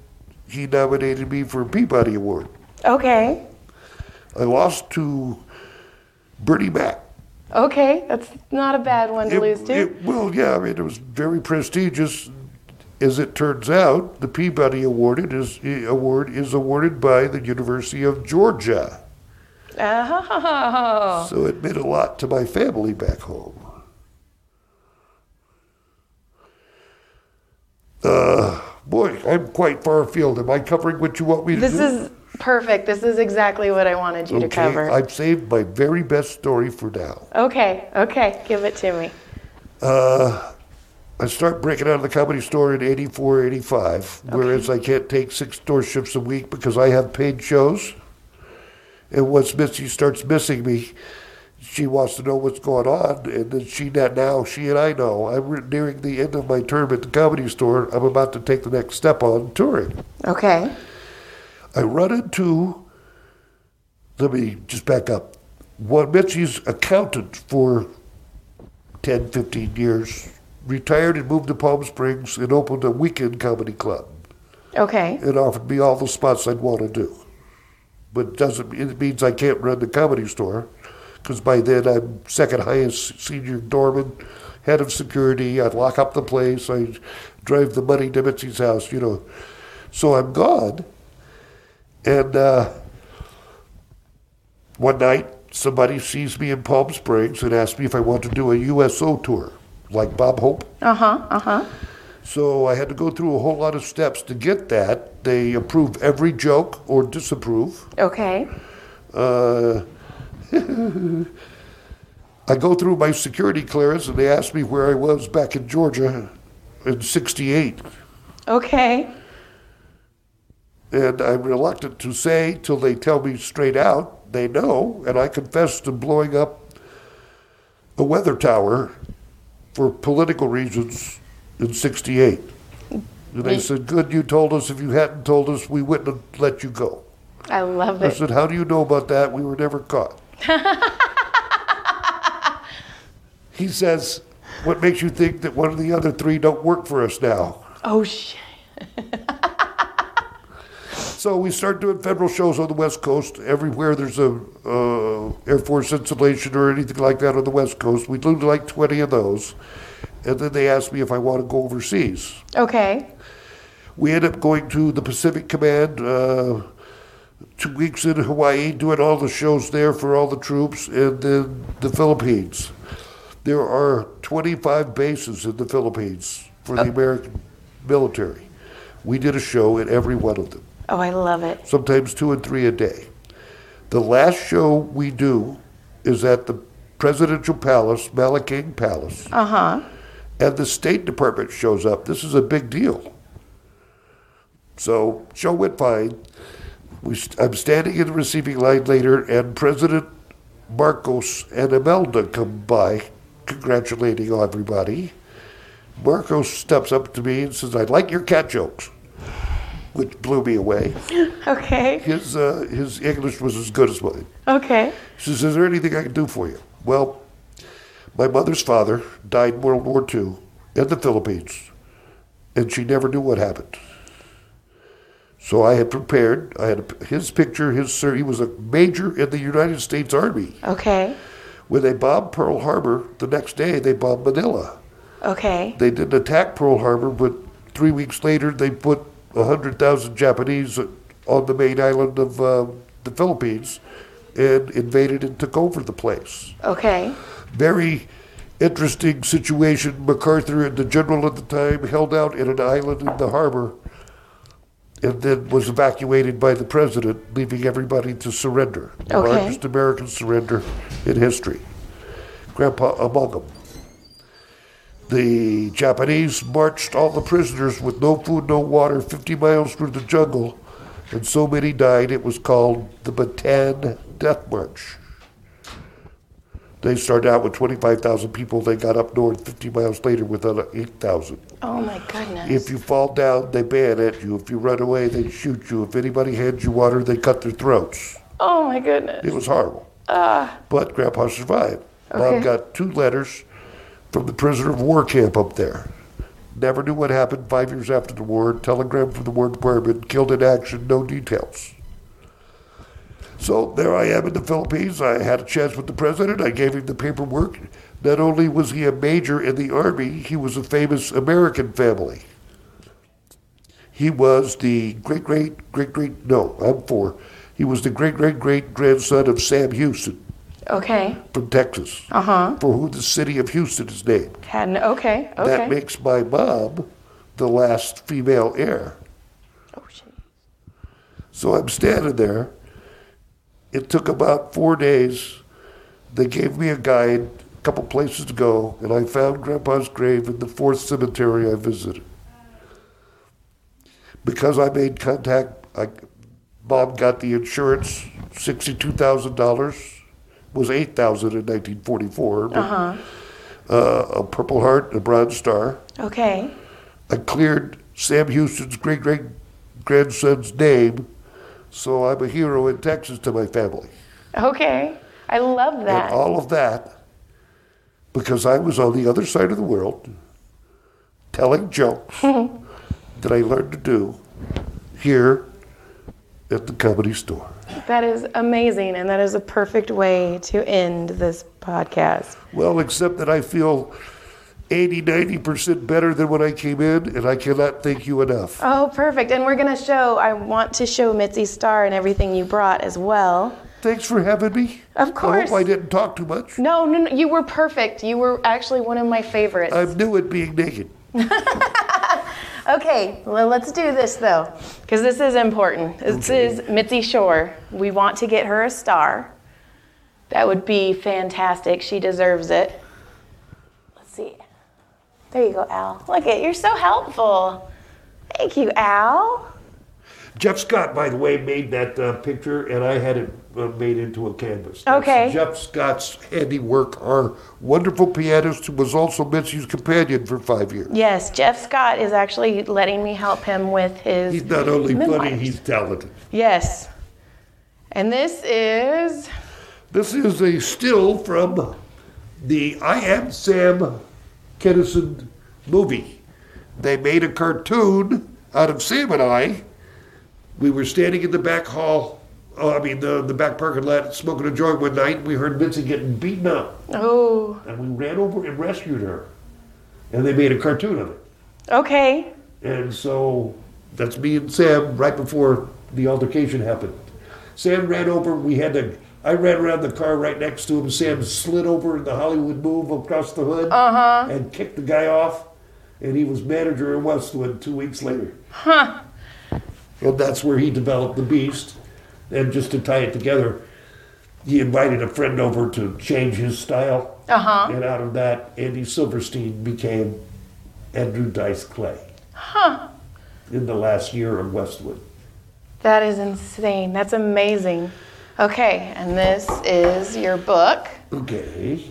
S4: he nominated me for a Peabody Award.
S3: Okay.
S4: I lost to Bernie Mac.
S3: Okay. That's not a bad one to
S4: It-
S3: lose to.
S4: it- well, yeah, I mean, it was very prestigious. As it turns out, the Peabody awarded is eh, award is awarded by the University of Georgia.
S3: Oh.
S4: So it meant a lot to my family back home. Uh, boy, I'm quite far afield. Am I covering what you want me to
S3: This
S4: do?
S3: is perfect. This is exactly what I wanted you
S4: okay,
S3: to cover.
S4: I've saved my very best story for now.
S3: Okay. Okay. Give it to me.
S4: Uh, I start breaking out of the comedy store in 84, 85, whereas I can't take six store shifts a week because I have paid shows. And once Missy starts missing me, she wants to know what's going on. And then she, that now, she and I know. I'm re- nearing the end of my term at the comedy store. I'm about to take the next step on touring.
S3: Okay.
S4: I run into, let me just back up. Well, Mitzi's accountant for 10, 15 years, retired and moved to Palm Springs and opened a weekend comedy club
S3: Okay.
S4: and offered me all the spots I'd want to do. But it doesn't it means I can't run the comedy store because by then I'm second highest senior doorman, head of security. I lock up the place. I drive the money to Mitzi's house. You know, so I'm gone. And uh, one night, somebody sees me in Palm Springs and asks me if I want to do a USO tour, like Bob Hope.
S3: Uh huh. Uh huh.
S4: So I had to go through a whole lot of steps to get that. They approve every joke or disapprove.
S3: Okay.
S4: Uh, I go through my security clearance and they ask me where I was back in Georgia in 68.
S3: Okay.
S4: And I'm reluctant to say till they tell me straight out they know. And I confess to blowing up a weather tower for political reasons in 68. And
S3: Mm.
S4: they said, Good, you told us. If you hadn't told us, we wouldn't have let you go.
S3: I love
S4: I
S3: it.
S4: said, How do you know about that? We were never caught. he says, What makes you think that one of the other three don't work for us now?
S3: Oh shit.
S4: So we start doing federal shows on the West Coast. Everywhere there's a uh, Air Force installation or anything like that on the West Coast, we do like 20 of those. And then they asked me if I want to go overseas.
S3: Okay.
S4: We end up going to the Pacific Command, uh, two weeks in Hawaii, doing all the shows there for all the troops, and then the Philippines. There are 25 bases in the Philippines for the American military. We did a show at every one of them,
S3: Oh, I love it.
S4: sometimes two and three a day. The last show we do is at the Presidential Palace, Malaking Palace
S3: Uh huh.
S4: and the State Department shows up. This is a big deal. So show went fine. We, st- I'm standing in the receiving line later, and President Marcos and Imelda come by, congratulating everybody. Marcos steps up to me and says, "I like your cat jokes," which blew me away.
S3: Okay.
S4: His uh, his English was as good as mine.
S3: Okay.
S4: She says, Is there anything I can do for you? Well, my mother's father died in World War II in the Philippines, and she never knew what happened. So I had prepared, I had his picture, his sir, he was a major in the United States Army.
S3: Okay.
S4: When they bombed Pearl Harbor, the next day they bombed Manila.
S3: Okay.
S4: They didn't attack Pearl Harbor, but three weeks later they put 100,000 Japanese on the main island of uh, the Philippines and invaded and took over the place
S3: Okay.
S4: very interesting situation. MacArthur and the general at the time held out in an island in the harbor and then was evacuated by the president, leaving everybody to surrender. The
S3: Okay.
S4: largest American surrender in history. Grandpa among them. The Japanese marched all the prisoners with no food, no water, 50 miles through the jungle, and so many died it was called the Bataan Death March. They started out with 25,000 people. They got up north 50 miles later with another 8,000.
S3: Oh my goodness.
S4: If you fall down, they bayonet you. If you run away, they shoot you. If anybody hands you water, they cut their throats.
S3: Oh my goodness.
S4: It was horrible. But Grandpa survived. Mom
S3: Okay.
S4: got two letters from the prisoner of war camp up there. Never knew what happened five years after the war. Telegram from the War Department, killed in action, no details. So there I am in the Philippines. I had a chance with the president. I gave him the paperwork. Not only was he a major in the army, he was a famous American family. He was the great great great great no, I'm four. He was the great great great grandson of Sam Houston
S3: Okay.
S4: from Texas,
S3: Uh huh.
S4: for who the city of Houston is named.
S3: Had an okay.
S4: That
S3: Okay.
S4: makes my mom the last female heir.
S3: Oh shit.
S4: So I'm standing there. It took about four days. They gave me a guide, a couple places to go, and I found Grandpa's grave in the fourth cemetery I visited. Because I made contact, I, Bob got the insurance, sixty-two thousand dollars, was eight thousand in nineteen forty-four. but,
S3: Uh-huh.
S4: Uh, a Purple Heart, and a Bronze Star.
S3: Okay.
S4: I cleared Sam Houston's great great grandson's name, so I'm a hero in Texas to my family.
S3: Okay. I love that.
S4: And all of that because I was on the other side of the world telling jokes that I learned to do here at the comedy store.
S3: That is amazing, and that is a perfect way to end this podcast.
S4: Well, except that I feel 80, 90% better than when I came in, and I cannot thank you enough.
S3: Oh, perfect. And we're going to show, I want to show Mitzi Star and everything you brought as well.
S4: Thanks for having me.
S3: Of
S4: I
S3: course.
S4: hope I didn't talk too much.
S3: No, no, no, you were perfect. You were actually one of my favorites.
S4: I'm new at being naked.
S3: okay, well, let's do this though, because this is important. This is Mitzi Shore. We want to get her a star. That would be fantastic. She deserves it. Let's see. There you go, Al. Look at you're so helpful. Thank you, Al.
S4: Jeff Scott, by the way, made that uh, picture, and I had it uh, made into a canvas. That's
S3: Okay.
S4: Jeff Scott's handiwork, our wonderful pianist, who was also Mitzi's companion for five years.
S3: Yes, Jeff Scott is actually letting me help him with his
S4: He's not only funny,
S3: Midwives.
S4: he's talented.
S3: Yes. And this is
S4: This is a still from the I Am Sam Kinison movie. They made a cartoon out of Sam and I We were standing in the back hall, uh, I mean, the, the back parking lot, smoking a joint one night. And we heard Mitzi getting beaten up.
S3: Oh,
S4: And we ran over and rescued her. And they made a cartoon of it.
S3: okay.
S4: And so that's me and Sam right before the altercation happened. Sam ran over. We had to. I ran around the car right next to him. Sam slid over in the Hollywood move across the hood and kicked the guy off. And he was manager in Westwood two weeks later. Huh. And that's where he developed the beast. And just to tie it together, he invited a friend over to change his style. Uh-huh. And out of that, Andy Silverstein became Andrew Dice Clay in the last year of Westwood.
S3: That is insane. That's amazing. Okay, and this is your book.
S4: Okay.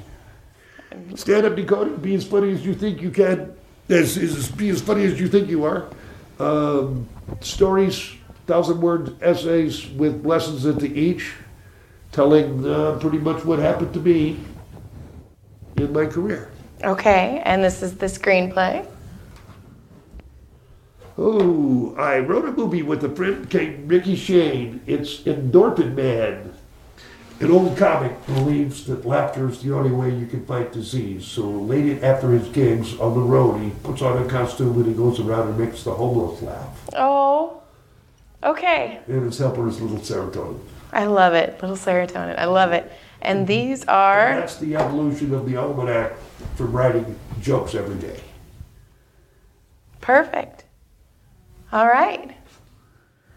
S4: Stand up, Dakota. Be as funny as you think you can. As, as, be as funny as you think you are. Um, stories, thousand word essays with lessons into each, telling uh, pretty much what happened to me in my career.
S3: Okay, and this is the screenplay.
S4: Oh, I wrote a movie with a friend named Mickey Shane. It's Endorphin Man. An old comic believes that laughter is the only way you can fight disease. So late after his gigs on the road, he puts on a costume and he goes around and makes the homeless laugh.
S3: Oh, okay.
S4: And his helper is Little Serotonin.
S3: I love it. Little serotonin. I love it. And these are
S4: That's the evolution of the almanac from writing jokes every day.
S3: perfect. All right.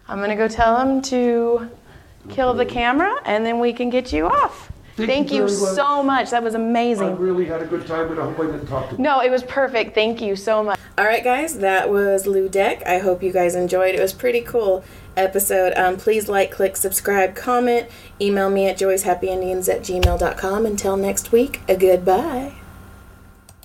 S3: I'm going to go tell them to kill the camera and then we can get you off.
S4: Thank
S3: Thank,
S4: you
S3: you,
S4: very much.
S3: so much. That was
S4: I
S3: amazing.
S4: really had a good time and I hope I didn't talk to
S3: No, it was perfect. Thank you so much.
S1: All right, guys, that was Lou Deck. I hope you guys enjoyed. It was pretty cool episode. Um, please like, click, subscribe, comment. Email me at joyshappyindians at gmail.com. Until next week, a goodbye.